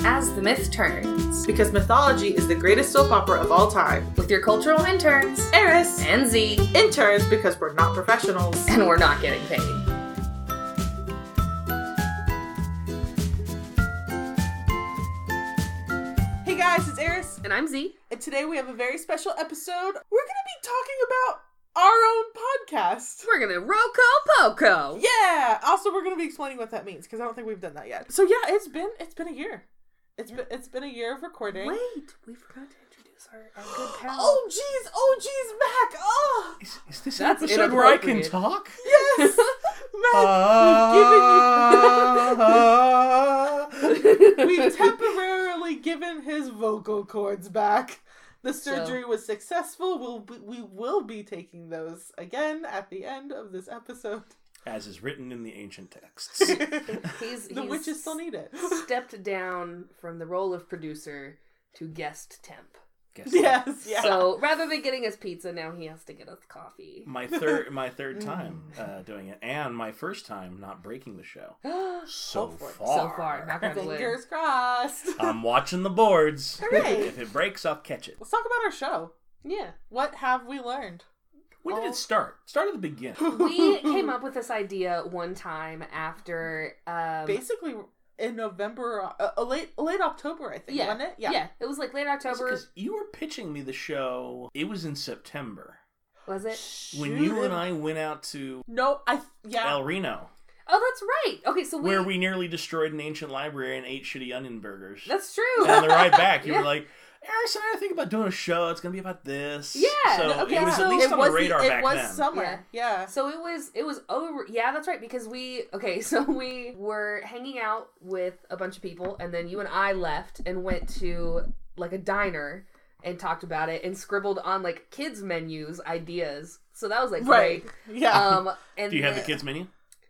as the myth turns Because mythology is the greatest soap opera of all time. with your cultural interns Eris and Z, interns because we're not professionals. and we're not getting paid. Hey guys, it's Eris, And I'm Z. and today we have a very special episode. We're going to be talking about our own podcast. We're gonna roco poco. Yeah. Also, we're going to be explaining what that means because I don't think we've done that yet. So yeah, it's been it's been a year. It's been it's been a year of recording. Wait, we forgot to introduce our, our good pal. Oh jeez, oh jeez, Mac. Oh Is, is this That's an episode where I can inappropriate. talk? yes, Ah, Mac. We've given you. Oh! We've temporarily given his vocal cords back. The surgery was successful. We'll be, we will be taking those again at the end of this episode. As is written in the ancient texts. he's, the he's witches still need it. stepped down from the role of producer to guest temp. Guess yes, yeah. So rather than getting us pizza, now he has to get us coffee. My third, my third time uh, doing it, and my first time not breaking the show so Hopefully. far. So so far, knock on wood. Fingers crossed. I'm watching the boards. Hooray. If it breaks, I'll catch it. Let's talk about our show. Yeah. What have we learned? When did Oh. it start? Start at the beginning. We came up with this idea one time after um, basically in November, uh, uh, late late October, I think. yeah, Wasn't it? yeah. It was like late October. Because you were pitching me the show. It was in September was it? when Shoot. you and I went out to No, I yeah. El Reno, Oh, that's right. Okay, so we, where we nearly destroyed an ancient library and ate shitty onion burgers. That's true. on the ride back, you Yeah. were like, Harrison, I think about doing a show. It's gonna be about this. Yeah, So no, okay, it was so at least it on was the radar it back was then. summer. Yeah. So it was it was over yeah, that's right, because we okay, so we were hanging out with a bunch of people and then you and I left and went to like a diner and talked about it and scribbled on like kids menus ideas. So that was like Right. great. Yeah. Um and Do you have the then- kids menu?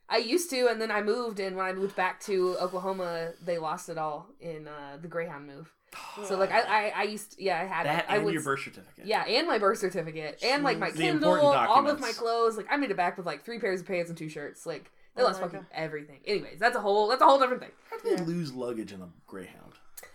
I used to and then I moved and when I moved back to Oklahoma they lost it all in uh the Greyhound move. So like I I, I used to, yeah, I had that it. I and would your birth certificate. Yeah, and my birth certificate, and like my The Kindle, important all of documents. my clothes. Like I made it back with like three pairs of pants and two shirts. Like they Oh lost my fucking God. everything. Anyways, that's a whole that's a whole different thing. How do they Yeah. lose luggage in a Greyhound?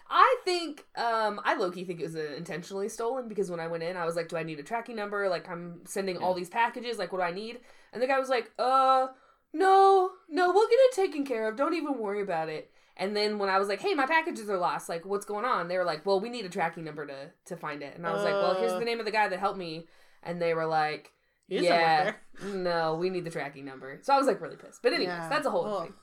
I think um I low key think it was uh, intentionally stolen because when I went in, I was like, "Do I need a tracking number? Like I'm sending all Yeah. these packages. Like what do I need?" And the guy was like, "Uh, no, no, we'll get it taken care of. Don't even worry about it." And then when I was like, "Hey, my packages are lost. Like what's going on?" They were like, "Well, we need a tracking number to to find it." And I was like, "Well, here's Uh. the name of the guy that helped me." And they were like, He doesn't work yeah. there. No, we need the tracking number. So I was like really pissed. But anyways, Yeah. that's a whole Ugh. other thing.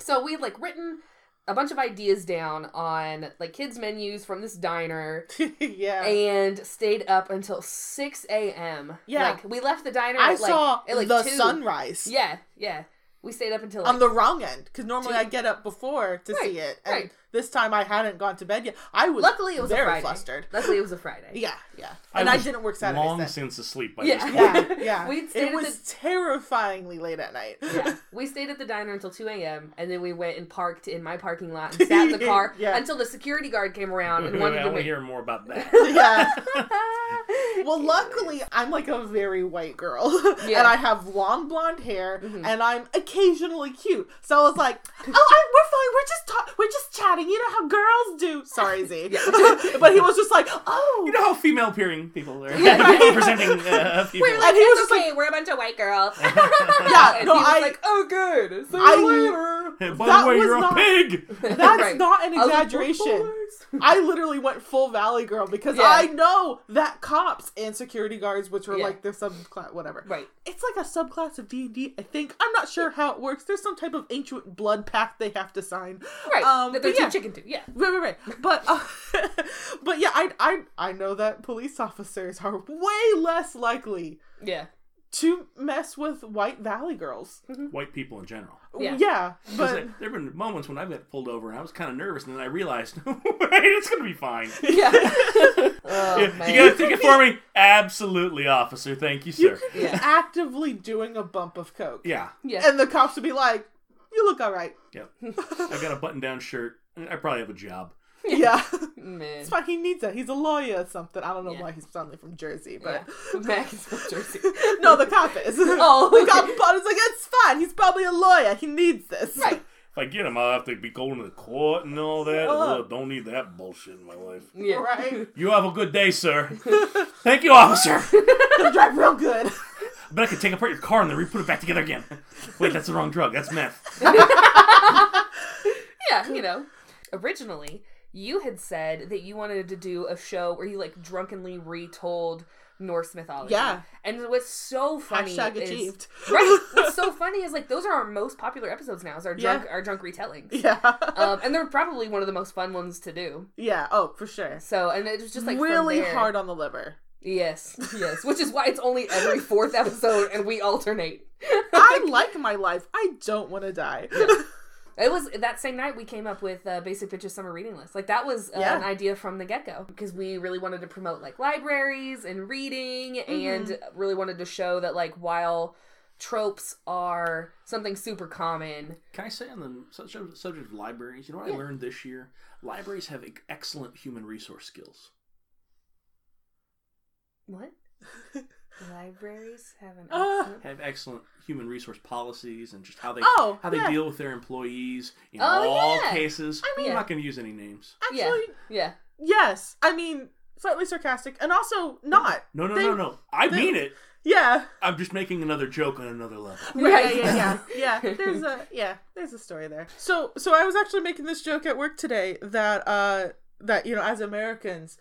So we had like written a bunch of ideas down on like kids' menus from this diner yeah. and stayed up until six AM. Yeah. Like we left the diner I at, like, saw at, like the two. sunrise. Yeah, yeah. We stayed up until like, On the wrong end, because normally Two. I get up before to Right, see it, and right. this time I hadn't gone to bed yet. I was luckily it was a very Friday. flustered. Luckily it was a Friday. Yeah, yeah, I and I, was didn't work Saturdays. Long then. since asleep by Yeah. this point. Yeah, yeah. We'd stayed at it was terrifyingly late at night. yeah. We stayed at the diner until 2 a.m. and then we went and parked in my parking lot and sat in the car Yeah. until the security guard came around and wanted to I Ah. want to make. hear more about that. yeah. Well, Anyways. luckily, I'm like a very white girl, Yeah. and I have long blonde hair, Mhm. and I'm occasionally cute. So I was like, "Oh, I, we're fine. We're just ta- we're just chatting. You know how girls do." Sorry, Z. but he was just like, "Oh," you know how female peering people are Yeah, right. representing uh, people. We're like, And he was "It's just okay, we're a bunch of white girls. yeah. And No, he was I. like, oh, good. See you I- later. Hey, by that the way, was you're not- a pig. that's Right. not an I was like, exaggeration. "Boys." I literally went full Valley Girl because Yeah. I know that cops and security guards, which were Yeah. like their subclass, whatever. Right. It's like a subclass of D&D, I think. I'm not sure how it works. There's some type of ancient blood pact they have to sign. Right. Um, that they're but yeah. too chicken to. Yeah. Right, right, right. But, uh, but yeah, I, I, I know that police officers are way less likely Yeah. to mess with white Valley girls. White people in general. Mm-hmm. Yeah. But but... there have been moments when I've got pulled over and I was kind of nervous, and then I realized, wait, it's gonna be fine. Yeah. oh, Yeah, man. you got a ticket for me? Absolutely, officer. Thank you, You sir. could be Yeah. actively doing a bump of coke. yeah, yeah. And the cops would be like, you look all right. yep. I've got a button-down shirt. I probably have a job. Yeah. Mm, Man. It's fine. He needs it. He's a lawyer or something. I don't know Yeah. why he's suddenly from Jersey, Yeah. but Mac is from Jersey. no, the cop is. Oh, the cop okay. is like, it's fine. He's probably a lawyer. He needs this. Right. If I get him, I'll have to be going to the court and all that. Oh. Ugh, don't need that bullshit in my life. Yeah. Right? You have a good day, sir. Thank you, officer. Gonna drive real good. But I could take apart your car and then re-put it back together again. Wait, that's the wrong drug. That's meth. yeah, you know. Originally, you had said that you wanted to do a show where you like drunkenly retold Norse mythology. Yeah. And what's so funny Hashtag is achieved. right. What's so funny is like those are our most popular episodes now. Is our Yeah. drunk our drunk retellings. Yeah. Um, and they're probably one of the most fun ones to do. yeah. Oh, for sure. So, and it was just like from really there- hard on the liver. Yes, yes, which is why it's only every fourth episode, and we alternate. I like my life. I don't want to die. It was that same night we came up with uh, Basic Bitches Summer Reading List. Like that was uh, Yeah. an idea from the get go because we really wanted to promote like libraries and reading, and Mm-hmm. really wanted to show that like while tropes are something super common, Can I say on the su- su- subject of libraries, you know what Yeah. I learned this year? Libraries have ex- excellent human resource skills. what libraries have an Uh, accent? Have excellent human resource policies and just how they Oh, how they yeah. deal with their employees in Oh, all yeah. cases. I mean- am not going to use any names. Actually, yeah, yeah. yes. I mean, slightly sarcastic and also not. No, no, They- no, no. I they- mean it. Yeah. I'm just making another joke on another level. Yeah, yeah, yeah, yeah. There's a yeah, there's a story there. So so I was actually making this joke at work today that uh that you know as Americans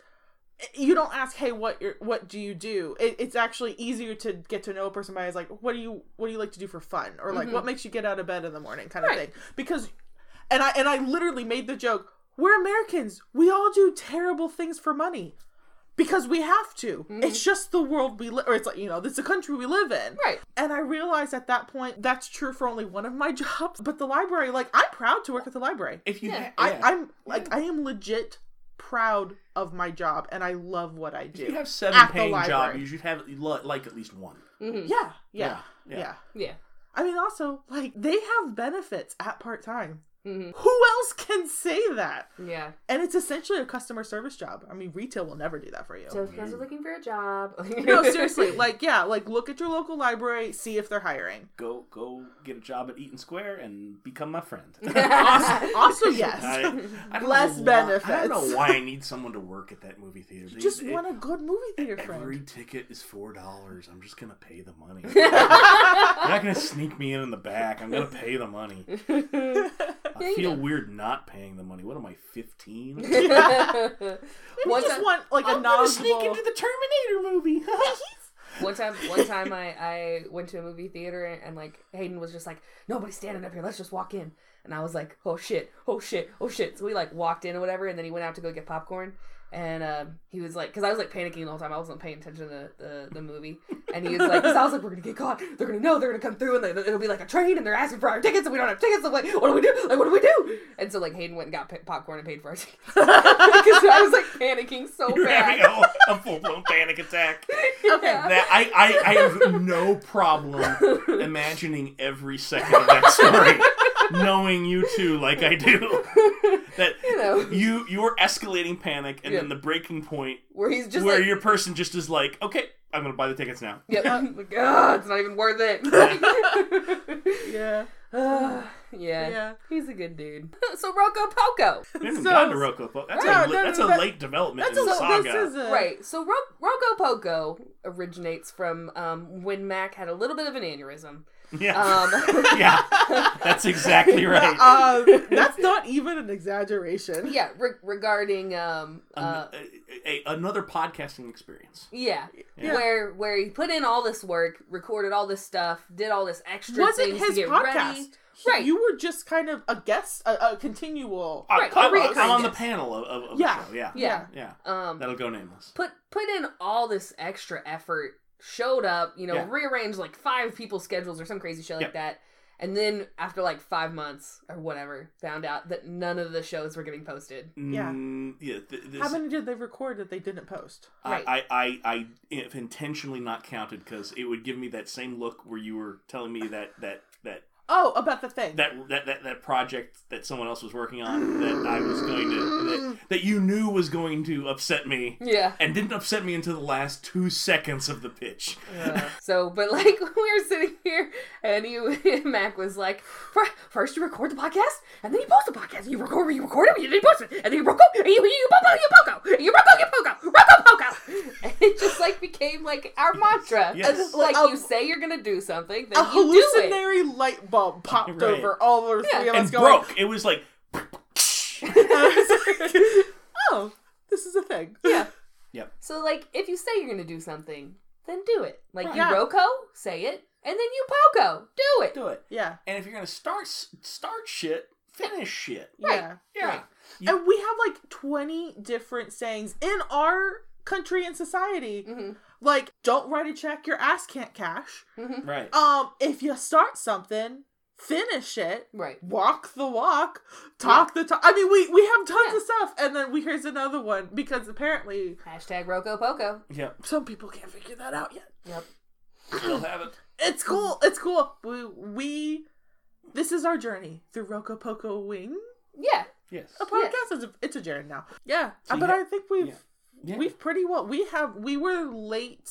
you don't ask hey what you what do you do it, it's actually easier to get to know a person by is like what do you what do you like to do for fun or like what makes you get out of bed in the morning kind of Right. thing because and i and i literally made the joke we're americans we all do terrible things for money because we have to it's just the world we live or it's like you know this is the country we live in Right. and I realized at that point that's true for only one of my jobs. But the library, like, I'm proud to work at the library. If you, Yeah. ha- I, yeah. I'm like, I am legit proud of my job, and I love what I do. if you have seven at the paying jobs, library. you should have li- like at least one. yeah, yeah, yeah, Yeah, yeah. Mm-hmm. Yeah. I mean, also, like, they have benefits at part time. Who else can say that? Yeah. And it's essentially a customer service job. I mean, retail will never do that for you. So if you guys are looking for a job, no, seriously, like, yeah, like, look at your local library, see if they're hiring. Go, go, get a job at Eaton Square and become my friend. Also, also yes. I, I don't know Less why- I don't benefits. know why I need someone to work at that movie theater. They- just they- want a good movie theater Every friend. ticket is four dollars. I'm just gonna pay the money. You're not gonna sneak me in in the back. I'm gonna pay the money. I you feel go. weird not paying the money. What am I, 15? We One just time- want like a I'm gonna sneak knowledgeable. into the Terminator movie. One time, one time, I I went to a movie theater and, like Hayden was just like, "Nobody's standing up here. Let's just walk in." And I was like, "Oh shit! Oh shit! Oh shit!" So we like walked in or whatever, and then he went out to go get popcorn. And um, he was like, because I was like panicking the whole time. I wasn't paying attention to the, the movie. And he was like, 'cause I was like, we're gonna get caught. They're gonna know. They're gonna come through, and they, it'll be like a train. And they're asking for our tickets, and we don't have tickets. I'm like, what do we do? Like, what do we do? And so like Hayden went and got p- popcorn and paid for our tickets because I was like panicking so You're having bad. a, a full blown panic attack. Okay. Yeah. That I, I, I have no problem imagining every second of that story, knowing you two like I do. That you know. you you're escalating panic, and then Yeah. the breaking point Where he's just where like, your person just is like, okay, I'm gonna buy the tickets now. Yep. like, "Ugh, it's not even worth it. Yeah, Ugh, yeah. yeah. He's a good dude. so Rocco Poco. We haven't So- gotten to Rocco Poco. That's, No, a, no, li- no, that's no, a that- late development That's a in the saga. this is a Right. So Ro- Rocco Poco originates from um, when Mac had a little bit of an aneurysm. yeah, Um, yeah, that's exactly right. Um, that's not even an exaggeration. yeah, re- regarding um, uh, An- a- a- another podcasting experience. yeah, Yeah. where where he put in all this work, recorded all this stuff, did all this extra Wasn't things his to get podcast? ready. Right. You were just kind of a guest, a, a continual. I- Right, I'm, great I'm on the kindness. panel of, of, of Yeah. the show. Yeah, yeah. yeah. Um, That'll go nameless. put put in all this extra effort, showed up, you know, Yeah. rearranged like five people's schedules or some crazy shit like Yep. that. And then after like five months or whatever, found out that none of the shows were getting posted. Yeah. Mm, yeah. th- this, How many did they record that they didn't post? I, Right. I, I, I have intentionally not counted because it would give me that same look where you were telling me that that that Oh, about the thing. that that, that, that project that someone else was working on that I was going to that, that you knew was going to upset me Yeah. and didn't upset me until the last two seconds of the pitch. So, but like we were sitting here, and he, Mac was like, "Fir- first you record the podcast, and then you post the podcast. You record, you record it, and then you post it, and then you roco, and you you you poco, you poco, and you roco, you poco, roco, poco." And it just like became like our mantra. Yes. It's Like A- you say you're gonna do something, A then you do it. hallucinatory light bulb popped Right. over all over Yeah. three of And us going. broke. It was like, oh, this is a thing. Yeah. Yep. So like, if you say you're gonna do something, then do it. Like Yeah. you roco, say it, and then you poco, do it. do it. Yeah. And if you're gonna start s- start shit, finish shit. Yeah. Yeah. Right. You- And we have like 20 different sayings in our country and society. Mhm. Like, don't write a check your ass can't cash. Right. Um, if you start something, finish it. Right. Walk the walk, talk the talk. I mean, we we have tons of stuff, and then we here's another one because apparently Hashtag roco poco. Yep. some people can't figure that out yet. Yep. Still have it. It's cool. It's cool. We we this is our journey through Rocopoco Wing. Yeah. Yes. A podcast is a, it's a journey now. Yeah, So but you- I think we've yeah. Yeah. we've pretty well we have we were late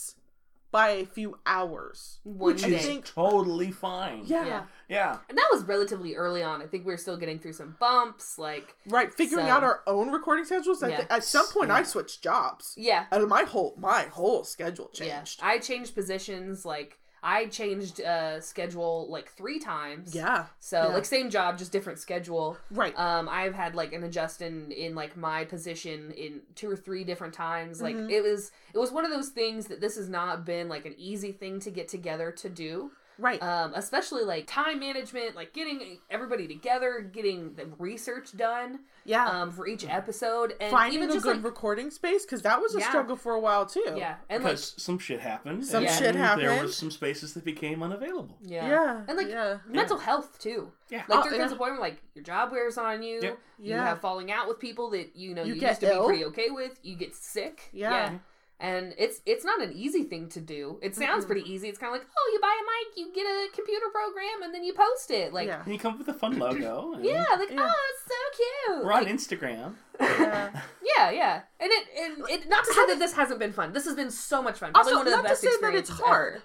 by a few hours One which day. i think totally fine. yeah, Yeah. Yeah. And that was relatively early on. I think we were still getting through some bumps. Like, right figuring So- out our own recording schedules I Yeah. think at some point i switched jobs yeah, and my whole my whole schedule yeah. changed I changed positions. Like, I changed uh, schedule like three times. yeah, So Yeah. like same job, just different schedule. right Um, I've had like an adjust in, in like my position in two or three different times. Like Mm-hmm. it was it was one of those things that this has not been like an easy thing to get together to do. right um, especially like time management, like getting everybody together, getting the research done yeah um, for each episode, and finding even a just good like recording space because that was a Yeah. struggle for a while too yeah, and like Because some shit happened. Some and shit There happened. was some spaces that became unavailable. yeah, yeah, and like yeah. mental health too. Yeah. Like Oh, there comes yeah. a point where like your job wears on you. Yeah. You Yeah. have falling out with people that you know You you, get used to ill. be pretty okay with. You get sick. Yeah. And it's it's not an easy thing to do. It sounds pretty easy. It's kind of like oh, you buy a mic, you get a computer program, and then you post it. Like yeah, yeah. And you come up with a fun logo. and like Yeah. oh, it's so cute. We're on Like, Instagram. yeah. Yeah, yeah, and it and it not to say that this hasn't been fun. This has been so much fun. Probably also one of the not to best say that it's experiences hard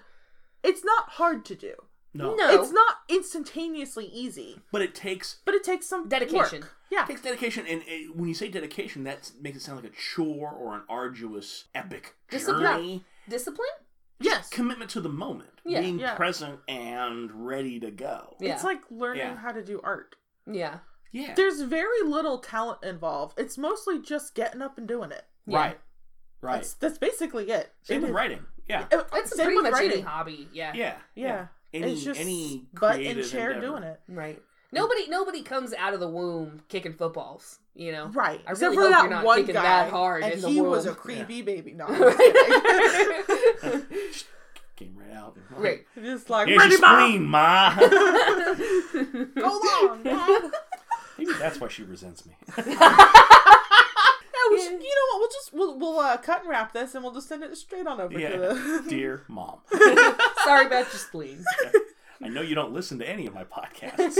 it's not hard to do No. No. it's not instantaneously easy But it takes but it takes some Dedication. work. yeah It takes dedication, and it, when you say dedication, that makes it sound like a chore or an arduous, epic Discipline. journey. ever. Discipline. yes Commitment to the moment, Yeah. being Yeah. present and ready to go. Yeah. It's like learning Yeah. how to do art. Yeah, Yeah, There's very little talent involved. It's mostly just getting up and doing it. yeah. right, right. That's, that's basically it. Same It with is- writing. Yeah, it- It's same pretty with much any writing. hobby. Yeah. yeah, Yeah. Any it's just any butt and creative chair endeavor. doing it. right. Nobody, nobody comes out of the womb kicking footballs. You know, Right. I really Except for hope that you're not one kicking guy. that hard and in the he was a womb. creepy baby. No. I'm just kidding. Came right out. right. just like, Here's ready, your mom. spleen, ma. Go long. Mom." Maybe that's why she resents me. Yeah, we should- you know what? We'll just we'll, we'll uh, cut and wrap this, and we'll just send it straight on over to yeah, the. dear mom. Sorry about your spleen. I know you don't listen to any of my podcasts,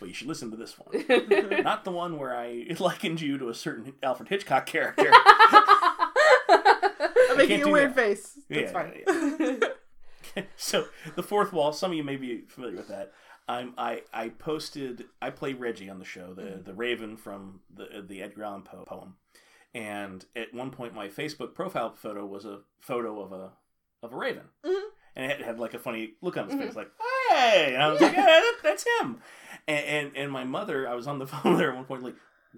but you should listen to this one. Not the one where I likened you to a certain Alfred Hitchcock character. I'm making can't a do weird that. face. That's Yeah, fine. so the fourth wall. Some of you may be familiar with that. I'm, I I posted. I play Reggie on the show, the Mm-hmm. the Raven from the the Edgar Allan Poe poem. And at one point, my Facebook profile photo was a photo of a of a raven, Mhm. and it had like a funny look on his face, Mm-hmm. like "Hey!" And I was like, "Yeah, that, that's him." And, and and my mother, I was on the phone with her at one point, like,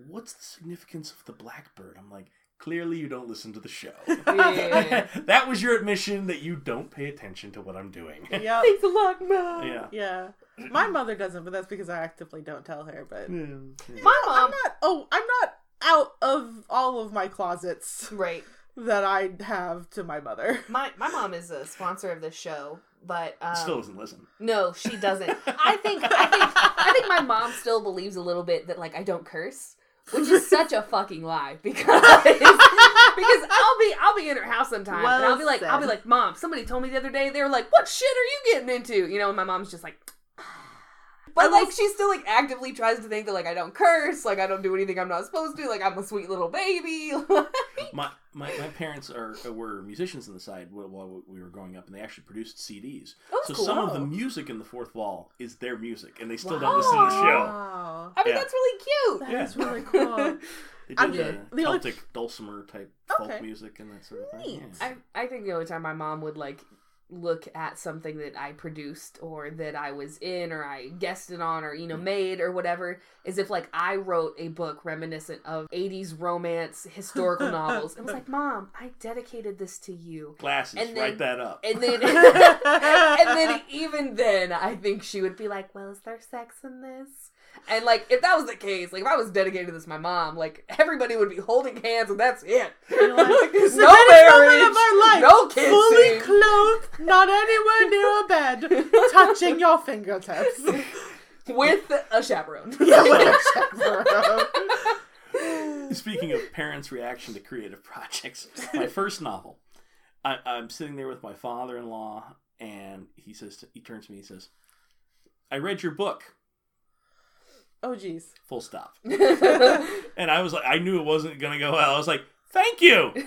"What's the significance of the blackbird?" I'm like, "Clearly, you don't listen to the show." Yeah. that was your admission that you don't pay attention to what I'm doing. Yeah. Thanks a lot, Mom. yeah. Yeah. My mother doesn't, but that's because I actively don't tell her. But Yeah. My I'm mom. not. Oh, I'm not out of all of my closets Right. that I have to my mother. My my mom is a sponsor of this show, but um, Still doesn't listen. No, she doesn't. I think I think I think my mom still believes a little bit that like I don't curse, which is such a fucking lie because because I'll be I'll be in her house sometime and Well I'll be like I'll be said. like mom, somebody told me the other day they were like what shit are you getting into? You know, and my mom's just like But like she still like actively tries to think that like I don't curse, like I don't do anything I'm not supposed to, like I'm a sweet little baby. my, my my parents are were musicians on the side while- while we were growing up, and they actually produced CDs. Oh, so cool. some of the music in the fourth wall is their music, and they still don't listen to the show. Wow. I mean Yeah. that's really cute. That Yeah. is really cool. They I'm did good. uh, The only- Celtic dulcimer type folk Okay. music and that sort of thing. Neat. yeah. I, I think the only time my mom would like look at something that I produced or that I was in or I guested on or you know made or whatever is if like I wrote a book reminiscent of 80s romance historical novels. It was like, "Mom, I dedicated this to you." Glasses, And write then- that up. And then and then even then I think she would be like, "Well, is there sex in this?" And like if that was the case, like if I was dedicated to this to my mom, like everybody would be holding hands and that's it. You're like, Like, there's "This is no the best marriage, moment of my life. no Fully kissing. clothed, not anywhere near a bed, touching your fingertips. with a chaperone. Yeah, what a chaperone. Speaking of parents' reaction to creative projects, my first novel, I, I'm sitting there with my father-in-law, and he says, to, he turns to me, he says, "I read your book." Oh, jeez. Full stop. and I was like, I knew it wasn't gonna go well. I was like, "Thank you." It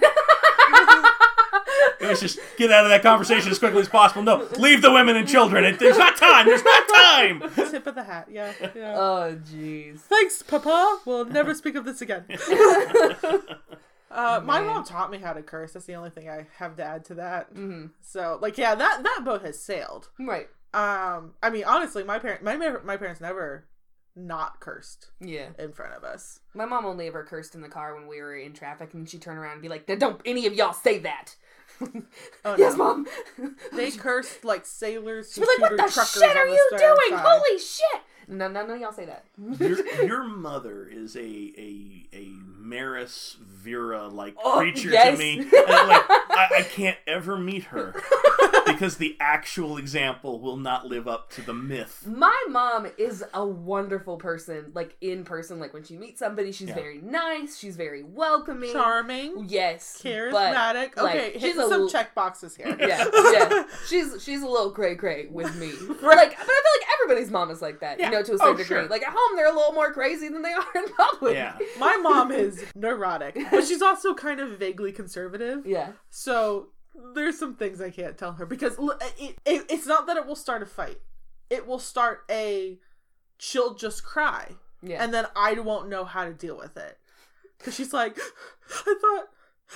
was just get out of that conversation as quickly as possible. No, leave the women and children. It, there's not time. There's not time. Tip of the hat. Yeah. yeah. oh jeez. Thanks, Papa. We'll never speak of this again. Mm-hmm. Uh, my mom taught me how to curse. That's the only thing I have to add to that. So, like, yeah, that that boat has sailed. Right. Um, I mean, honestly, my parent, my mar- my parents never not cursed Yeah. in front of us. My mom only ever cursed in the car when we were in traffic, and she'd turn around and be like, "Now, "Don't any of y'all say that." Oh, yes, no. mom. They cursed like sailors. She'd who be like, "What tutored the truckers shit are on the you stern doing? side." Holy shit!" No, no, no, y'all say that. Your, your mother is a a a Maris Vera like Oh, creature yes. to me. And, like, I, I can't ever meet her because the actual example will not live up to the myth. My mom is a wonderful person, like in person. Like when she meets somebody, she's Yeah. very nice. She's very welcoming. charming, Yes, but- charismatic. like, okay, hit she's a some l- check boxes here. yeah, yeah. She's she's a little cray cray with me. Like, but I feel like everybody's mom is like that, Yeah. you know, to a Oh, certain degree. sure. Like at home, they're a little more crazy than they are in public. Yeah, My mom is neurotic, but she's also kind of vaguely conservative. yeah, So there's some things I can't tell her because l- it, it, it's not that it will start a fight. It will start a she'll just cry yeah. and then I won't know how to deal with it. Cuz she's like I thought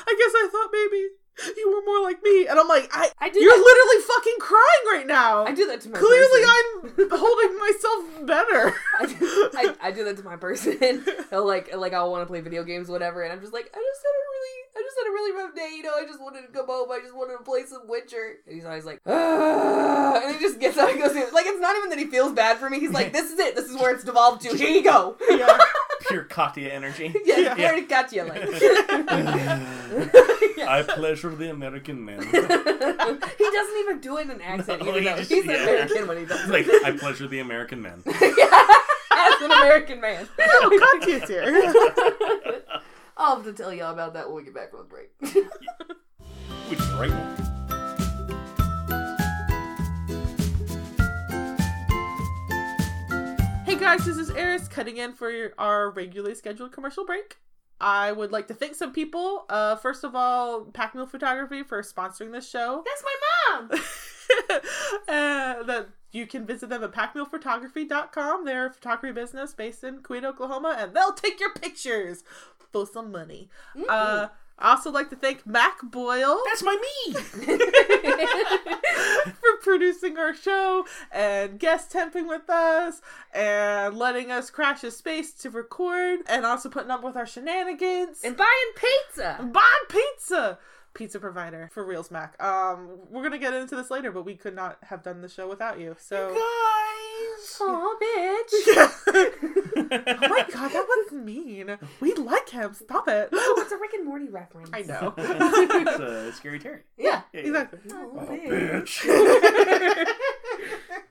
I guess I thought maybe you were more like me and I'm like I I do. you're That, literally fucking crying right now. I do that to my Clearly person. I'm holding myself better. I do, I, I do that to my person. They'll like like I'll want to play video games, whatever, and I'm just like, I just had a really, I just had a really rough day, you know. I just wanted to come home. I just wanted to play some Witcher. And he's always like, "Ugh," and he just gets up and goes, in. like it's not even that he feels bad for me. He's like, this is it. This is where it's devolved to. Here you go. yeah. pure Katya energy. Yeah, Yeah. I already got you. Like, I pleasure the American man. he doesn't even do it in an accent. No, even he though just- he's yeah. American when he does it. like I pleasure the American man. As an American man. Oh, God, you dear. I'll have to tell y'all about that when we get back from the break. Which is right now. Hey guys, this is Eris cutting in for our regularly scheduled commercial break. I would like to thank some people. Uh, first of all, Pack Mule Photography for sponsoring this show. That's my mom. uh, that you can visit them at packmillphotography.com. They're a photography business based in Queen, Oklahoma, and they'll take your pictures for some money. Uh, I also like to thank Mac Boyle That's my me. Mm-hmm. for producing our show and guest temping with us and letting us crash his space to record and also putting up with our shenanigans And buying pizza. buy pizza pizza provider for reals mac um we're gonna get into this later but we could not have done the show without you so Guys. Oh, bitch. oh my god that was mean we like him stop it It's a Rick and Morty reference. i know it's uh, scary Terry. Yeah. Yeah, yeah. exactly Oh, Oh, bitch. bitch.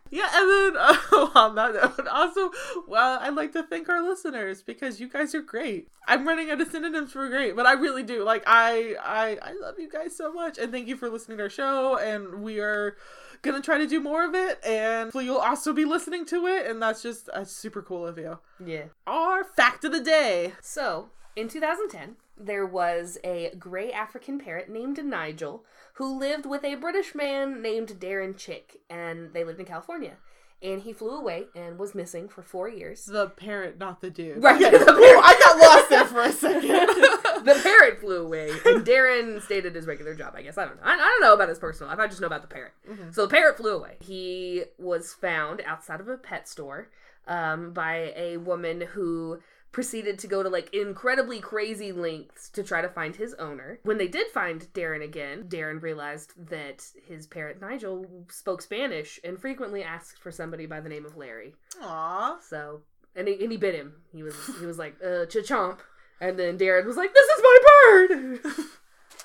Yeah, and then uh, on that note, also, well, I'd like to thank our listeners because you guys are great. I'm running out of synonyms for great, but I really do. Like, I, I, I love you guys so much, and thank you for listening to our show. And we are gonna try to do more of it, and hopefully you'll also be listening to it. And that's just that's super cool of you. Yeah. Our fact of the day. So, in 2010, there was a gray African parrot named Nigel who lived with a British man named Darren Chick, and they lived in California. And he flew away and was missing for four years. The parrot, not the dude. Right, Okay. the parrot. Ooh, I got lost there for a second. The parrot flew away, and Darren stayed at his regular job, I guess. I don't know. I, I don't know about his personal life. I just know about the parrot. So the parrot flew away. He was found outside of a pet store um, by a woman who proceeded to go to like incredibly crazy lengths to try to find his owner. When they did find Darren again, Darren realized that his parrot Nigel spoke Spanish and frequently asked for somebody by the name of Larry. Aw. So and he, and he bit him. He was he was like uh, chomp, and then Darren was like, "This is my bird."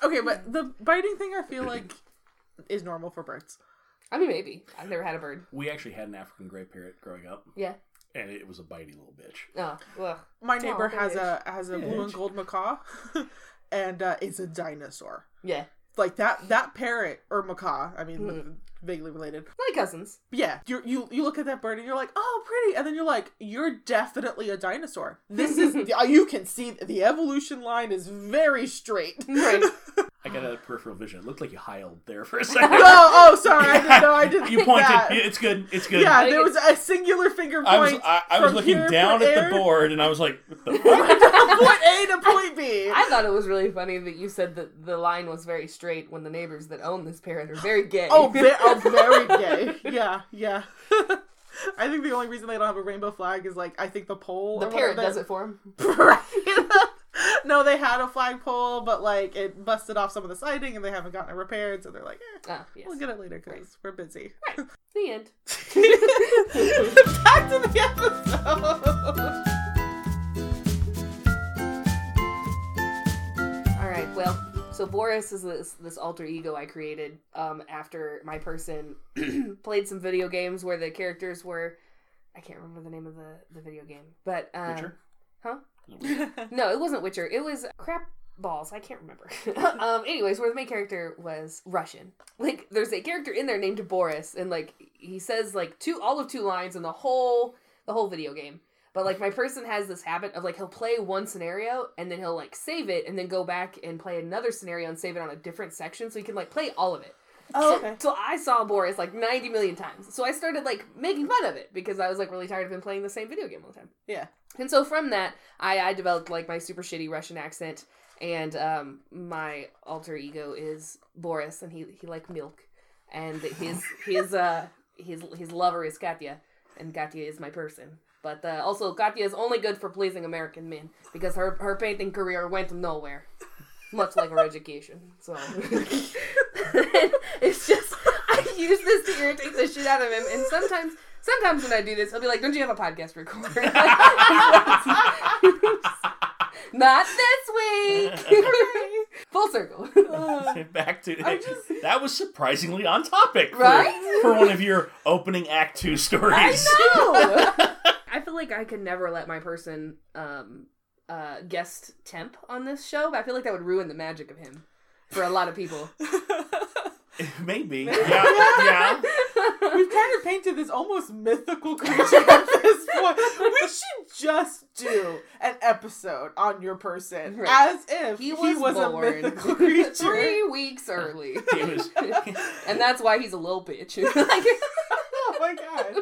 Okay, but the biting thing I feel like is normal for birds. I mean, maybe I've never had a bird. We actually had an African gray parrot growing up, Yeah. and it was a bitey little bitch. Oh, well. My neighbor Aw, has bitch. a has a blue and Bitch. gold macaw, and uh, it's a dinosaur. Yeah. Like that that parrot or macaw. I mean, vaguely related. My cousins. Yeah, you you you look at that bird and you're like, oh, pretty, and then you're like, you're definitely a dinosaur. This is you can see the evolution line is very straight. Right. I got a peripheral vision. It looked like you hyled there for a second. oh, oh, sorry, I didn't know. I didn't. you think pointed. That. Yeah, It's good. It's good. Yeah, I there was think a singular finger point. I was I, I was from looking here, down point at A- the board, and I was like, what the fuck? point A to point B. I thought it was really funny that you said that the line was very straight when the neighbors that own this parrot are very gay. Oh, ve- oh, very gay. Yeah, yeah. I think the only reason they don't have a rainbow flag is like I think the pole. the or parrot whatever- does it for him. Right. no, they had a flagpole, but like it busted off some of the siding, and they haven't gotten it repaired, so they're like, eh, Oh, yes. we'll get it later because we're busy. The end. Back to the episode. All right. Well, so Boris is this, this alter ego I created um, after my person played some video games where the characters were. I can't remember the name of the, the video game, but um, Witcher? huh? No, it wasn't Witcher. It was crap balls. I can't remember. um, anyways, where the main character was Russian. Like, there's a character in there named Boris, and like he says like two all of two lines in the whole the whole video game. But like my person has this habit of like he'll play one scenario and then he'll like save it and then go back and play another scenario and save it on a different section so he can like play all of it. Oh, So- So I saw Boris like 90 million times. So I started like making fun of it because I was like really tired of him playing the same video game all the time. Yeah. And so from that, I, I developed like my super shitty Russian accent, and um, my alter ego is Boris, and he he like milk, and his his uh his his lover is Katya, and Katya is my person. But uh, also Katya is only good for pleasing American men because her her painting career went nowhere, much like her education. So it's just I use this to irritate the shit out of him, and sometimes. Sometimes when I do this, he'll be like, "Don't you have a podcast recorder?" Not this week. Full circle. Back to I just- that was surprisingly on topic, for, Right? For one of your opening act two stories. I know. I feel like I could never let my person um, uh, guest temp on this show, but I feel like that would ruin the magic of him for a lot of people. Maybe. Yeah. yeah. We've kind of painted this almost mythical creature at this point. We should just do an episode on your person Right. as if He was, born a mythical creature. three weeks early, It was. and that's why he's a little bitch. Like, oh my god.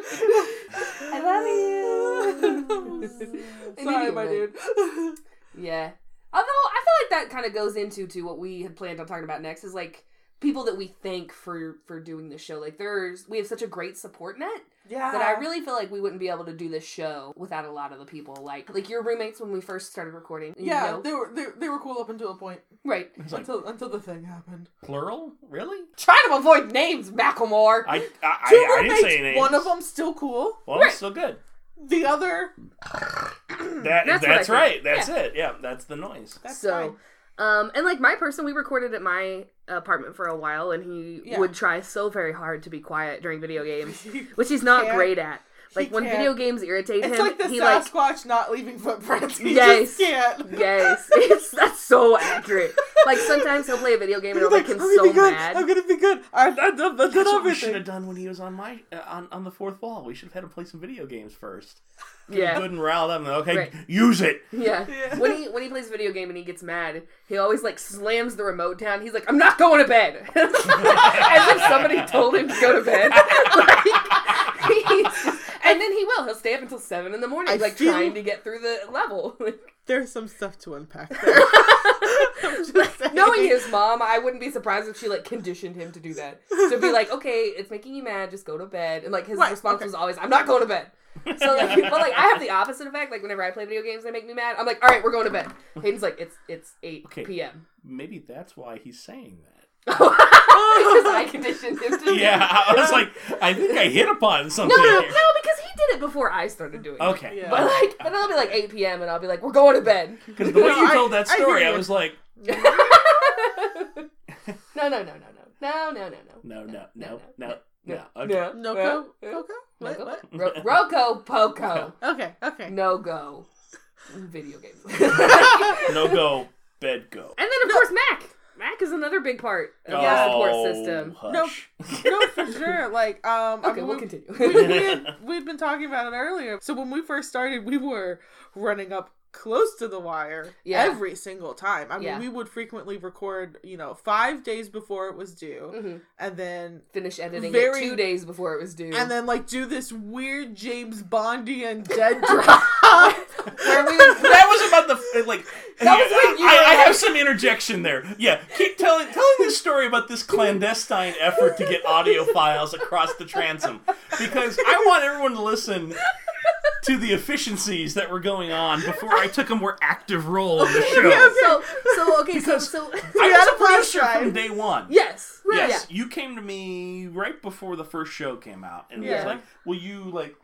I love you. Sorry, my Anyway. dude. yeah. Although I feel like that kind of goes into to what we had planned on talking about next is like people that we thank for for doing this show. Like there's we have such a great support net Yeah. that I really feel like we wouldn't be able to do this show without a lot of the people, like like your roommates when we first started recording. you Yeah, know? they were they, they were cool up until a point. right. It's like until until the thing happened. plural, really? Try to avoid names, Macklemore. Uh, I I, Two I, I didn't roommates, say names. one of them still cool. Well, it's still good. The other That That's that's, what I think. right. That's it. Yeah, that's the noise. that's so, fine. Um, and like my person, we recorded at my apartment for a while, and he Yeah. would try so very hard to be quiet during video games, which he's not can't. great at. Like when can't. video games irritate It's him, like the he like Sasquatch not leaving footprints. He Yes. just can't. yes, it's, that's so accurate. Like sometimes he'll play a video game and it'll make him I'm gonna so be good. mad. I'm gonna be good. I, I, I, done That's what we should everything. have done when he was on my uh, on on the fourth wall. We should have had him play some video games first. yeah, Good and riled up. and, Okay, Right. use it. yeah. Yeah. When he when he plays a video game and he gets mad, he always like slams the remote down. He's like, "I'm not going to bed," as if somebody told him to go to bed. like, he's- and then he will. He'll stay up until seven in the morning, I like feel- trying to get through the level. There's some stuff to unpack there. I'm just saying. Knowing his mom, I wouldn't be surprised if she like conditioned him to do that. To be like, okay, it's making you mad, just go to bed. And like his Right, response okay. was always, I'm not going to bed. So like, but like I have the opposite effect. Like whenever I play video games, they make me mad. I'm like, all right, we're going to bed. Hayden's like, it's it's eight Okay. p.m. Maybe that's why he's saying that. Because I conditioned him to. Yeah, I was like, I think I hit upon something. No, no, here. because he did it before I started doing it. Okay, Yeah. But like, and it'll be like 8 p.m. and I'll be like, we're going to bed. because the way No, you I- told that I hear story, I, you. was like, No, no, no, no, no, no, no, no, no. no, no, no, No, no, no. no, Okay. no go, go, go. What? No what? go. Ro- Roco Poco. Okay, okay. No go. Video games. and no go, bed go. then of course Mac. Mac is another big part of the support Oh, system. Hush. No, for sure. Like, um, I Okay, mean, we'll we- continue. we had, we'd been talking about it earlier. So when we first started, we were running up close to the wire Yeah. every single time. I mean, Yeah. we would frequently record, you know, five days before it was due, Mhm. and then Finish editing it Very- two days before it was due. and then like do this weird James Bondian dead drop. where we would That was about the uh, like. That was when you I, were I like- have some interjection there. Yeah, keep telling telling this story about this clandestine effort to get audio files across the transom because I want everyone to listen to the efficiencies that were going on before I took a more active role in the show. so so okay so so I had a flash was a producer drive. from day one. yes right Yes, you came to me right before the first show came out, and it was Yeah. like, "Will you like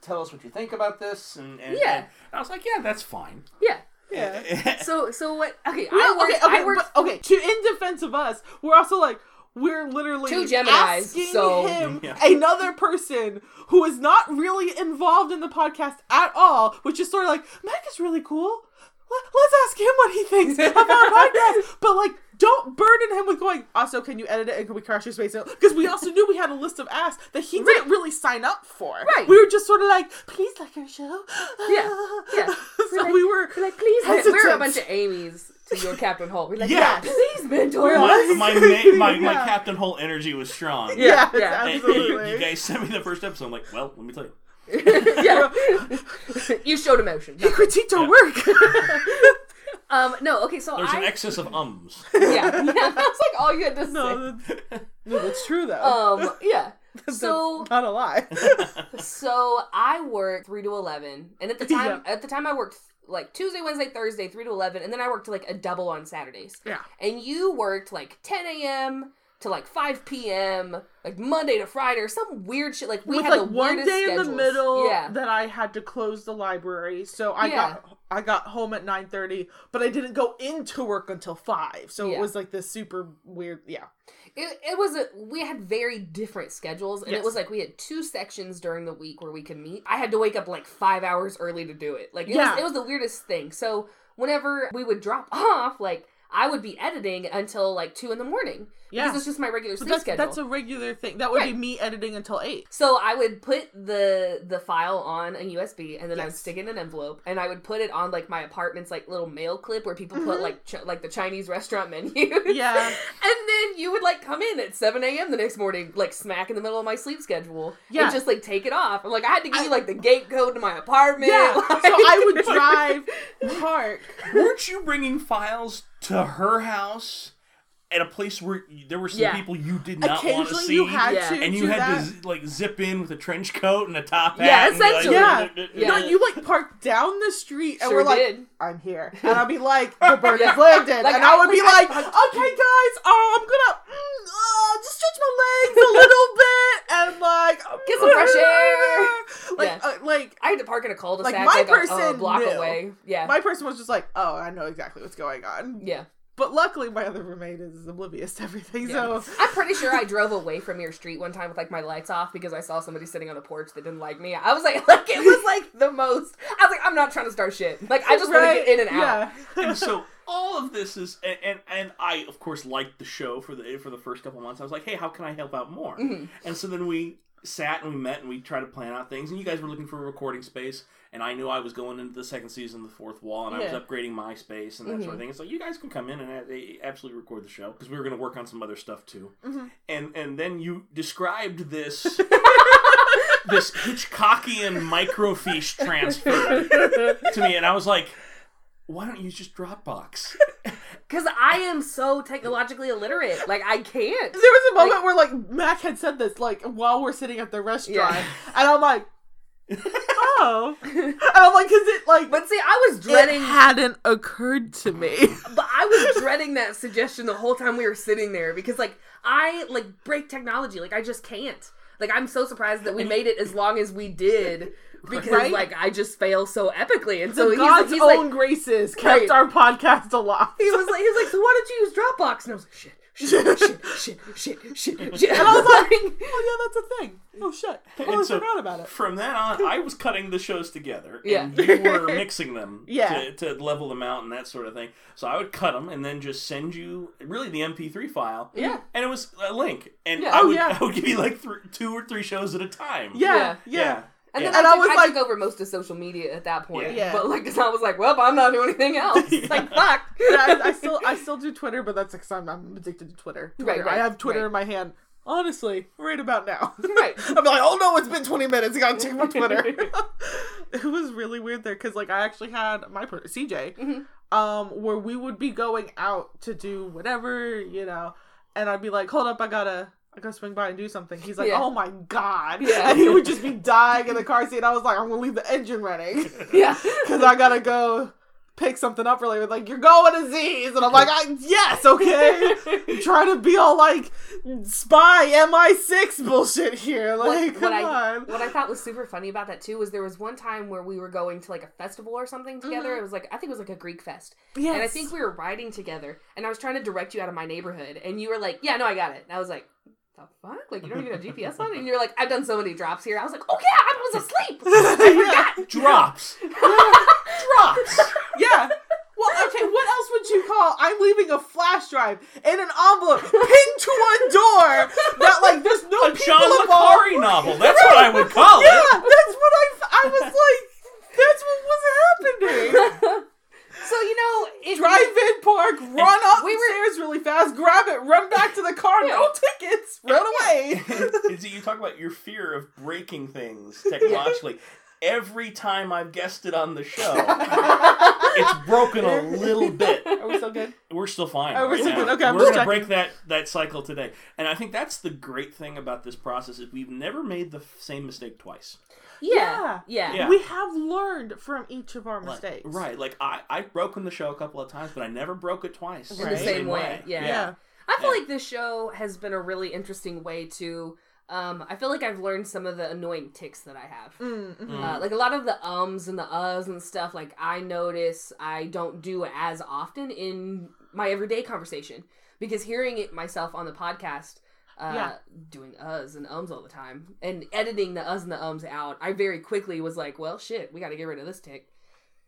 tell us what you think about this?" And, and Yeah. and I was like, "Yeah, that's fine." yeah yeah. yeah. So so what? Okay, I No, work. okay, okay, I work. but- okay. To in defense of us, we're also like we're literally Two Geminis, asking so- him Yeah. another person who is not really involved in the podcast at all, which is sort of like Mac is really cool. Let- Let's ask him what he thinks of our podcast, but like, don't burden him with going. Also, can you edit it and can we crash your space? Because we also knew we had a list of asks that he didn't really sign up for. Right. We were just sort of like, please like our show. Yeah, yeah. so we were We're like, please, men- oh, hesitant. we're a bunch of Amy's to your Captain Holt. We're like, yeah, Yeah. please mentor us. My my, ma- my, my Yeah. Captain Hole energy was strong. Yeah, Yeah. And absolutely. you guys sent me the first episode. I'm like, "Well, let me tell you." yeah. you showed emotion. He critiqued our work. Um, no, okay, so There's I, an excess of ums. yeah, yeah, that's like all you had to say. no, that's, no, that's true though. Um, yeah. That's so- not a lie. So I worked three to eleven, and at the time, Yeah. at the time I worked like Tuesday, Wednesday, Thursday, three to eleven, and then I worked like a double on Saturdays. yeah, and you worked like 10 a.m. to like 5 p.m. like Monday to Friday or some weird shit. Like we with had like the one weirdest day in the schedules. middle Yeah, that I had to close the library, so I Yeah. got I got home at nine thirty, but I didn't go into work until five, so Yeah. it was like this super weird. Yeah, it, it was a we had very different schedules, and it Yes. was like we had two sections during the week where we could meet. I had to wake up like five hours early to do it. Like it, Yeah. was, it was the weirdest thing. So whenever we would drop off, like I would be editing until like two in the morning. Yeah. because it's just my regular sleep that's schedule. that's a regular thing. That would Right. be me editing until eight. So I would put the the file on a USB, and then I would Yes. stick it in an envelope, and I would put it on like my apartment's like little mail clip where people put like ch- like the Chinese restaurant menu. Mm-hmm. Yeah. and then you would like come in at seven a.m. the next morning, like smack in the middle of my sleep schedule, Yeah. and just like take it off. I'm like I had to give you like the gate code to my apartment. Yeah, so like- I would drive park. Weren't you bringing files to her house at a place where you- there were some Yeah. people you did not want to Occasionally, see? you had Yeah. to, and you do had that. to z- like zip in with a trench coat and a top hat. Yeah, and be like, essentially. Yeah. Yeah. No, you like parked down the street and Sure we're like, did. I'm here. And I'd be like, the bird has Yeah. landed. Like, and I, I- would be like, like, I- okay, guys, uh, I'm gonna mm, uh, just stretch my legs a little bit and like, Get some fresh air. Like, Yeah. uh, like, I had to park in a cul-de-sac Like, like, my a- a person block knew. away. Yeah, my person was just like, oh, I know exactly what's going on. yeah. But luckily, my other roommate is oblivious to everything. Yeah. So I'm pretty sure I drove away from your street one time with like my lights off because I saw somebody sitting on a porch that didn't like me. I was like, like it was like the most. I was like, I'm not trying to start shit. Like I just want to get in and out. Yeah. and so all of this is and, and and I of course liked the show for the for the first couple months. I was like, hey, how can I help out more? And so then we sat and we met and we tried to plan out things. And you guys were looking for a recording space, and I knew I was going into the second season, of the fourth wall, and I Yeah. was upgrading my space and that sort of thing. And so you guys can come in and uh, absolutely record the show because we were going to work on some other stuff too. And and then you described this. This Hitchcockian microfiche transfer to me, and I was like, "Why don't you just Dropbox?" Because I am so technologically illiterate. Like, I can't. There was a moment where like Mac had said this like while we're sitting at the restaurant, Yeah. and I'm like, oh, and I'm like, is it like? But see, I was dreading. it hadn't occurred to me. but I was dreading that suggestion the whole time we were sitting there because, like, I like break technology. Like, I just can't. Like, I'm so surprised that we made it as long as we did because, Right? like, I just fail so epically. And so he's, God's he's own like, graces kept Right. our podcast alive. he was like, he was like, so why don't you use Dropbox? And I was like, shit. Shit, shit, shit, shit, shit. I was Like, like, oh yeah, that's a thing. Oh shit, totally And so- forgot about it. From then on, I was cutting the shows together, and Yeah. you were mixing them Yeah. to, to level them out and that sort of thing. So I would cut them and then just send you really the MP3 file. Yeah. and it was a link, and Yeah. I Oh, would yeah. I would give you like th- two or three shows at a time. Yeah, yeah. yeah. And yeah. then And I, I took, was I like- took over most of social media at that point. Yeah. But like, 'cause I was like, well, I'm not doing anything else. Like, fuck. Yeah, I, I still I still do Twitter, but that's because I'm, I'm addicted to Twitter. Twitter. right, I have Twitter right. in my hand. Honestly, right about now. Right. I'm like, oh no, it's been 20 minutes. I gotta check my Twitter. it was really weird there because like I actually had my per- CJ, Mm-hmm. um, where we would be going out to do whatever you know, and I'd be like, hold up, I gotta. I gotta swing by and do something. He's like, Yeah. "Oh my god!" Yeah. And he would just be dying in the car seat. I was like, "I'm gonna leave the engine running." yeah. because I gotta go pick something up really. Like you're going to Z's, and I'm like, I, yes, okay. I'm trying to be all like spy MI6 bullshit here. Like, what come I on. what I thought was super funny about that too was there was one time where we were going to like a festival or something together. It was like I think it was like a Greek fest. And I Mm-hmm. Yes. think we were riding together and I was trying to direct you out of my neighborhood and you were like, "Yeah, no, I got it." And I was like, "The fuck? Like you don't even have GPS on?" it?" And you're like, "I've done so many drops here." I was like, "Oh yeah, I was asleep." I forgot. drops, drops. yeah. Well, okay. What else would you call? I'm leaving a flash drive in an envelope pinned to a door. That like there's no A people John le involved. Carre novel. That's what I would call Yeah, it. that's what I. f- I was like, that's what was happening. So, you know, if drive in park, run up We we were- stairs really fast, grab it, run back to the car, no tickets, run away. And so you talk about your fear of breaking things technologically. Every time I've guessed it on the show, it's broken a little bit. Are we still good? We're still fine. Oh, we're right still now. good. Okay, I'm we're just gonna checking. break that that cycle today, and I think that's the great thing about this process is we've never made the f- same mistake twice. yeah. Yeah. Yeah. We have learned from each of our Like- mistakes. right? Like I I've broken the show a couple of times, but I never broke it twice in the Right. same, way. Yeah. Yeah. I feel Yeah. like this show has been a really interesting way to. Um, I feel like I've learned some of the annoying ticks that I have. Mm-hmm. Mm. Uh, like a lot of the ums and the uhs and stuff. Like I notice I don't do as often in my everyday conversation because hearing it myself on the podcast. Uh, Yeah. doing uhs and ums all the time and editing the uhs and the ums out. I very quickly was like, "Well, shit, we got to get rid of this tick."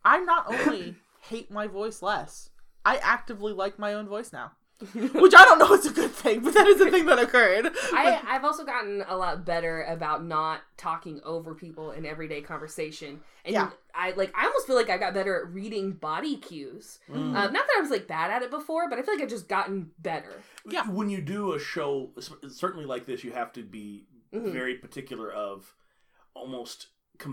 I not only hate my voice less, I actively like my own voice now. Which I don't know is a good thing, but that is a thing that occurred. I, I've also gotten a lot better about not talking over people in everyday conversation. And Yeah. I like I almost feel like I got better at reading body cues. Mm. Um, not that I was like bad at it before, but I feel like I've just gotten better. Yeah. When you do a show, s- certainly like this, you have to be Mhm. very particular of almost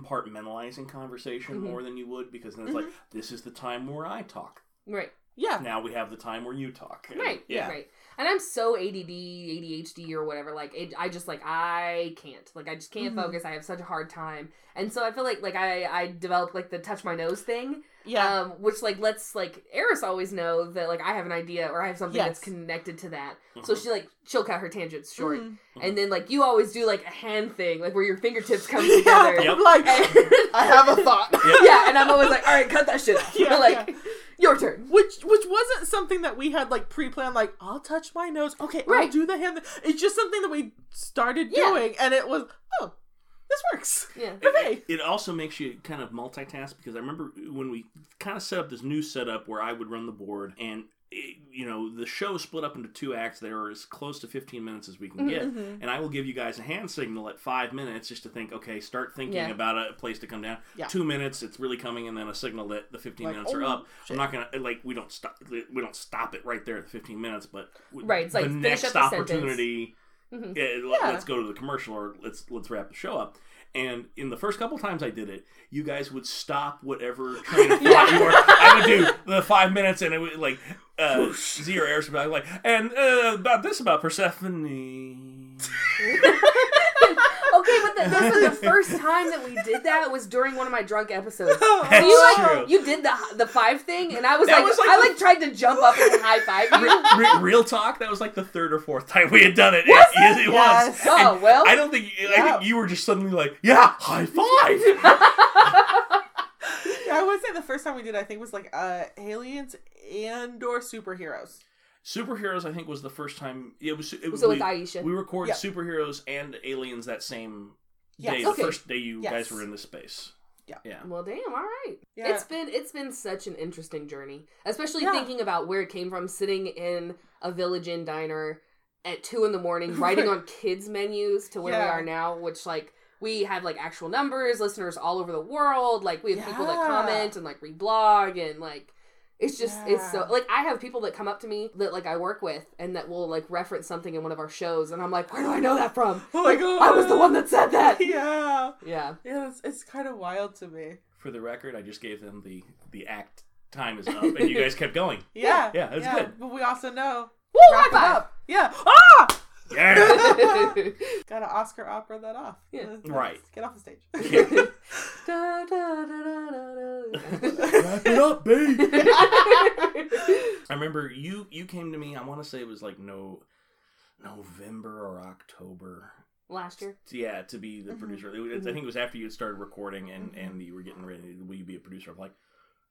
compartmentalizing conversation Mhm. more than you would because then it's like this is the time where I talk. Right. yeah. Now we have the time where you talk. Right. Yeah. Right. And I'm so ADD, ADHD, or whatever. Like, it, I just like I can't. Like, I just can't Mhm. focus. I have such a hard time. And so I feel like like I I developed like the touch my nose thing. Yeah. um, which like lets like Eris always know that like I have an idea or I have something that's Yes. Mm-hmm. connected to that. So Mhm. she like she'll cut her tangents short, Mhm. and then like you always do like a hand thing, like where your fingertips come Yeah, together. Yep. I'm like, I have a thought. yeah, and I'm always like, all right, cut that shit. Off. Yeah, like, yeah. yeah. Your turn. which which wasn't something that we had like pre-planned like i'll touch my nose okay i'll Right. do the hand it's just something that we started Yeah. doing and it was oh this works Yeah. okay It also makes you kind of multitask because I remember when we kind of set up this new setup where I would run the board and. It, you know the show is split up into two acts they are as close to 15 minutes as we can get Mm-hmm. and i will give you guys a hand signal at five minutes just to think okay start thinking Yeah. about a place to come down Yeah. two minutes it's really coming and then a signal that the 15 Like, minutes are oh, up shit. i'm not gonna eh, like we don't stop we don't stop it right there at the 15 minutes but w- Right, it's like, the finish next up the sentence. opportunity Mhm. yeah, let- Yeah. let's go to the commercial or let's let's wrap the show up. And in the first couple times I did it, you guys would stop whatever train of thought Yeah. you were. I would do the five minutes, and it would like uh, zero errors. But I was like, and uh, about this about Persephone. Okay, but the, this was the first time that we did that was during one of my drunk episodes. That's you like true. you did the the five thing, and I was That like, was like I the- like tried to jump up and high five you. Re- real talk. That was like the third or fourth time we had done it. Was yes, it? it, was. Yes. Oh, And well. I don't think. I Yeah. think you were just suddenly like, yeah, high five. i would say the first time we did i think was like uh aliens and or superheroes Superheroes, I think, was the first time it was. It was So with we- Aisha, We record Yeah. superheroes and aliens that same Yes. day, Okay. the first day you Yes. guys were in this space. Yeah. Yeah. Well, damn. All right. Yeah. It's been it's been such an interesting journey, especially Yeah. thinking about where it came from. Sitting in a village inn diner at two in the morning, writing on kids' menus to where we Yeah. are now, which like we have like actual numbers, listeners all over the world. Like we have people that Yeah. comment and like reblog and like. It's just it's so Yeah. like I have people that come up to me that like I work with and that will like reference something in one of our shows and I'm like where do I know that from? Oh my Like, I was the God. one that said that. yeah Yeah. yeah it's, it's kind of wild to me For the record, I just gave them the the act time is up, and you guys kept going. yeah Oh, Yeah, that's good. but we also know Woo, wrap high it five. up yeah ah Yeah. gotta oscar opera that off Yeah. Right. get off the stage Yeah. Da, da, da, da, da, da. Wrap it up, babe. I remember you you came to me. I want to say it was like no November or October. Last year. Yeah, to be the Mhm. producer. It was, I think it was after you had started recording and and you were getting ready. Will you be a producer? I'm like,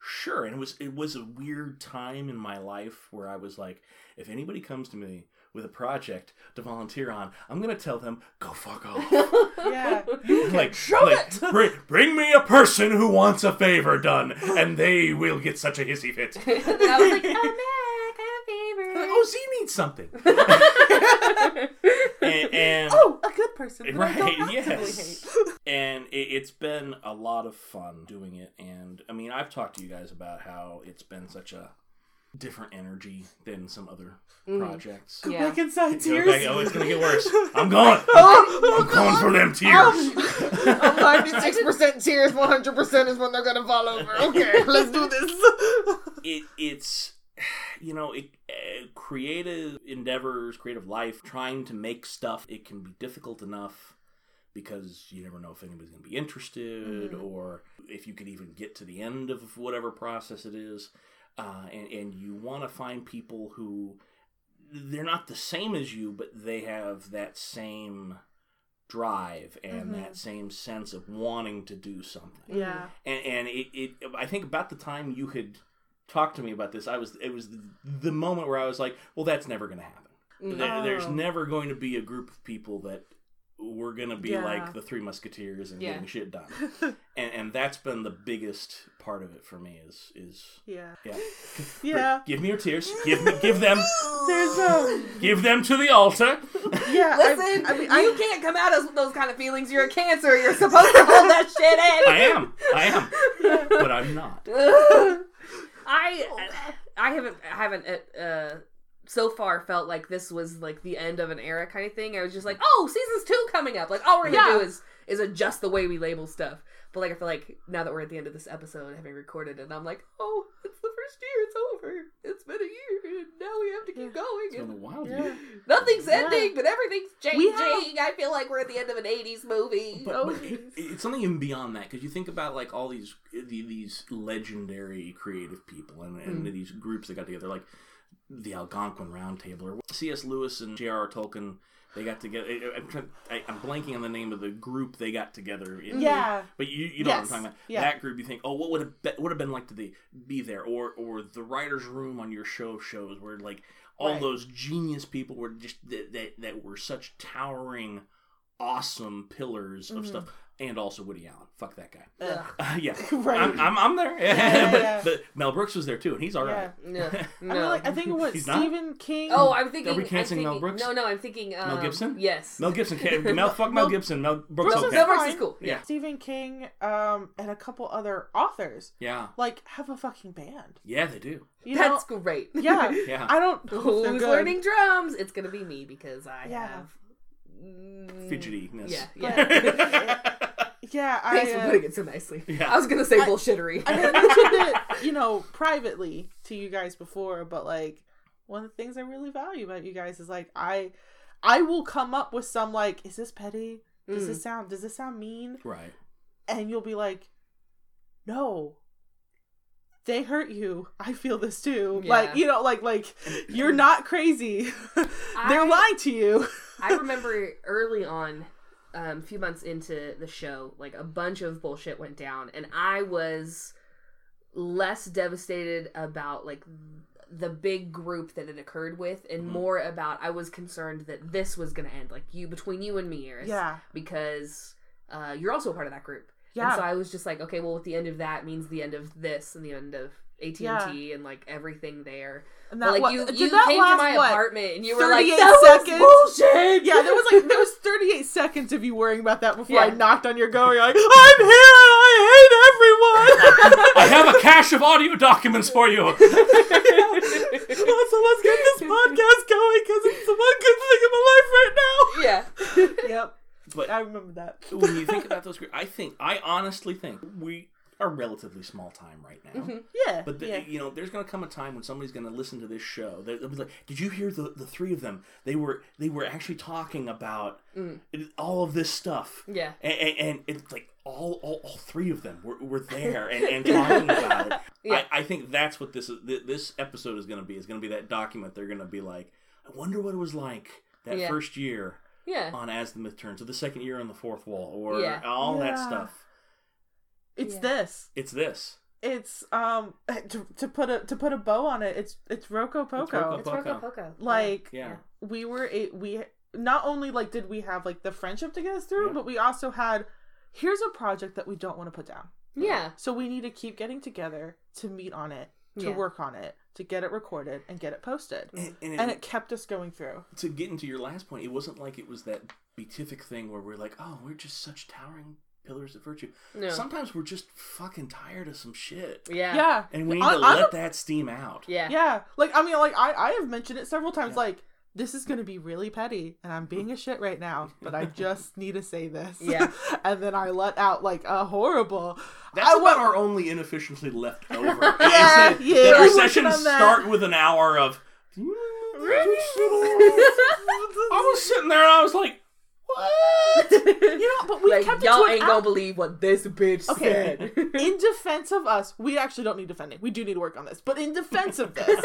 sure. And it was it was a weird time in my life where I was like, if anybody comes to me with a project to volunteer on, I'm gonna tell them go fuck off. yeah like, like bring, bring me a person who wants a favor done, and they will get such a hissy fit. Like, and I was like, oh, oh, Z needs something. and, and oh, a good person. that I Right, don't actively yes. hate. and it, it's been a lot of fun doing it and i mean i've talked to you guys about how it's been such a different energy than some other Mm. Mhm. projects Yeah. Like inside You know, tears. like, oh it's gonna get worse i'm going Oh, i'm going for Um, them tears Ninety-six percent tears, one hundred percent is when they're gonna fall over. Okay, let's do this. it, it's you know it, uh, creative endeavors creative life trying to make stuff it can be difficult enough because you never know if anybody's going to be interested Mhm. or if you could even get to the end of whatever process it is uh, and, and you want to find people who they're not the same as you but they have that same drive and Mhm. that same sense of wanting to do something Yeah. and and it, it I think about the time you had talked to me about this, I was it was the, the moment where I was like, well, that's never going to happen. There- There's Oh. never going to be a group of people that we're going to be Yeah. like the Three Musketeers and Yeah. getting shit done. and and that's been the biggest part of it for me is is Yeah. yeah. Yeah. Give me your tears. Give me give them There's um. give them to the altar. Yeah. I- Listen, I mean, you I, can't come at us with those kind of feelings. You're a cancer. You're supposed to hold that shit I am. I am. But I'm not. in. I I haven't I haven't uh, so far felt like this was like the end of an era kind of thing. I was just like, oh, season's two coming up. Like all we're gonna Yeah. do is is adjust the way we label stuff. But like I feel like now that we're at the end of this episode, having recorded it, I'm like, oh, it's the first year. It's over. It's been a year, and now we have to keep going. It's been a and wild yeah. year. nothing's Yeah. ending, but everything's We changing. I have- feel like we're at the end of an '80s movie. But, Oh, but it, geez. it's something even beyond that because you think about like all these the, these legendary creative people and, and these groups that got together like the Algonquin Round Table or C.S. Lewis and J.R.R. Tolkien. They got together. I- I'm, trying- I- I'm blanking on the name of the group they got together. in. Yeah. but you, you know Yes. what I'm talking about. Yeah. That group, you think, oh, what would have been, would have been like to be, be there, or or the writers' room on your show shows where like all Right. those genius people were just that that, that were such towering, awesome pillars of Mhm. stuff, and also Woody Allen. Fuck that guy. Ugh. Uh, yeah, right. I'm, I'm I'm there. yeah, but, yeah. but Mel Brooks was there too, and he's all right. No, I feel no. like I think what He's not? Stephen King. oh, I'm thinking. we canceling I'm thinking, Mel Brooks? No, no, I'm thinking. Um, Gibson? Yes. Mel Gibson, can't, Mel fuck Mel Mel- Gibson, Mel Brooks Brooks. is okay. Mel Brooks is fine. cool. Yeah. Stephen King, um, and a couple other authors Yeah, like have a fucking band. yeah, they do. You That's great. know? yeah. Yeah, I don't. know if they're Who's good. learning drums? It's gonna be me because I Yeah. have mm, fidgetiness. Yeah, yeah. yeah. Yeah, I. Thanks for uh, putting it so nicely. Yeah. I was gonna say I- bullshittery. I had mentioned it, you know, privately to you guys before, but like one of the things I really value about you guys is like I, I will come up with some like, is this petty? Does Mm. this sound? Does this sound mean? right. And you'll be like, no. They hurt you. I feel this too. Like Yeah. you know, like like you're not crazy. They're I- lying to you. I remember early on, um, a few months into the show, like a bunch of bullshit went down, and I was less devastated about like the big group that it occurred with, and Mhm. Mm-hmm. more about I was concerned that this was gonna end, like you between you and me, Iris, Yeah, because uh, you're also a part of that group. yeah. And so I was just like, okay, well, with the end of that means the end of this and the end of AT&T and like everything there. and But, that like what- you, did you that came to last, my what, apartment and you were like, 38 that seconds? was bullshit. Yeah, there was like there was 38 seconds of you worrying about that before I Yeah. knocked on your door. You're like, I'm here. I I have a cache of audio documents for you. hate everyone. so let's get this podcast going because it's the one good thing in my yeah. life right now. Yep, But I remember that. when you think about those, groups, I think I honestly think we are relatively small time right now. Mm-hmm. Yeah, But the, yeah. you know, there's going to come a time when somebody's going to listen to this show. They'll be like, "Did you hear the, the three of them? They were they were actually talking about Mm. all of this stuff." Yeah. and, and, and it's like all, all, all three of them were, were there and, and talking about it. Yeah. I, I think that's what this is, th- this episode is going to be. Is going to be that document. They're going to be like, I wonder what it was like that Yeah. first year Yeah. on As the Myth Turns, or the second year on the Fourth Wall, or Yeah. all that Yeah. stuff. it's Yeah. this. It's this. It's um to, to put a to put a bow on it. It's it's Roco Poco. Roco It's Poco. Roco Poco. Like Yeah. we were a, we not only like did we have like the friendship to get us through, Yeah. but we also had here's a project that we don't want to put down. Yeah. So we need to keep getting together to meet on it, to Yeah. work on it, to get it recorded and get it posted. And, and it- And it kept us going through. to get into your last point, it wasn't like it was that beatific thing where we're like, oh, we're just such towering pillars of virtue. No. Sometimes we're just fucking tired of some shit. yeah. Yeah. And we need I- to I'm let a- that steam out. Yeah. Yeah. Like I mean like I I have mentioned it several times Yeah. like this is going to be really petty and I'm being a shit right now, but I just need to say this. Yeah. and then I let out like a horrible That's I about want our only inefficiency left over. yeah, Yeah, yeah, I'm that our working sessions on that. start with an hour of. I was sitting there and I was like, what? You know, but we like, kept it y'all to an ain't hour. gonna believe what this bitch Okay. said. in defense of us, we actually don't need defending. We do need to work on this. But in defense of this,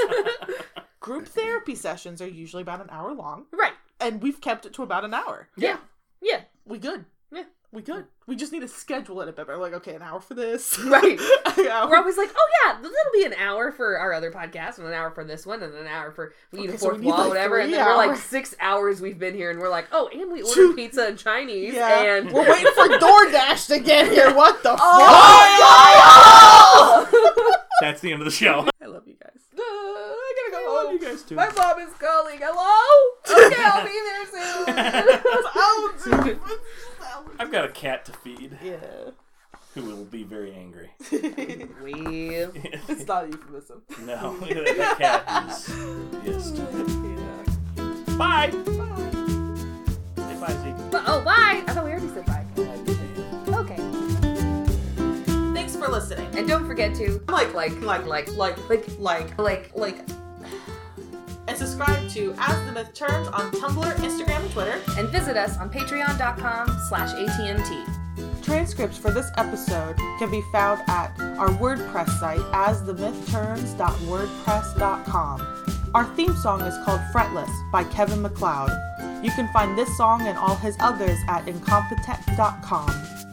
group therapy sessions are usually about an hour long, right. and we've kept it to about an hour. Yeah. Yeah. We good. Yeah. We good. We just need to schedule it a bit better. Like, okay, an hour for this. Right. an hour. We're always like, oh yeah, that'll be an hour for our other podcast, and an hour for this one, and an hour for we need Okay, a so fourth we need, wall, like, whatever. And three then we're like hours. six hours we've been here, and we're like, oh, and we ordered Two- pizza and Chinese, yeah. and Oh We're waiting for DoorDash to get here. What the That's the end of the show. fuck? I love you guys. Uh, I gotta go I love home. you guys too. Oh, My mom is calling. Hello? Okay, I'll be there soon. Oh, dude. I've got a cat to feed yeah. who will be very angry. we It's not a euphemism. no, that cat is pissed. Yeah. Bye. Say bye, Zeke. But, oh, bye. I thought we already said bye. Okay. Thanks for listening. And don't forget to Like, like, like, like, like, like, like, like, like, and subscribe to As the Myth Turns on Tumblr, Instagram, and Twitter. and visit us on patreon.com slash ATMT. Transcripts for this episode can be found at our WordPress site, asthemythturns.wordpress.com. Our theme song is called Fretless by Kevin McLeod. You can find this song and all his others at incompetent.com.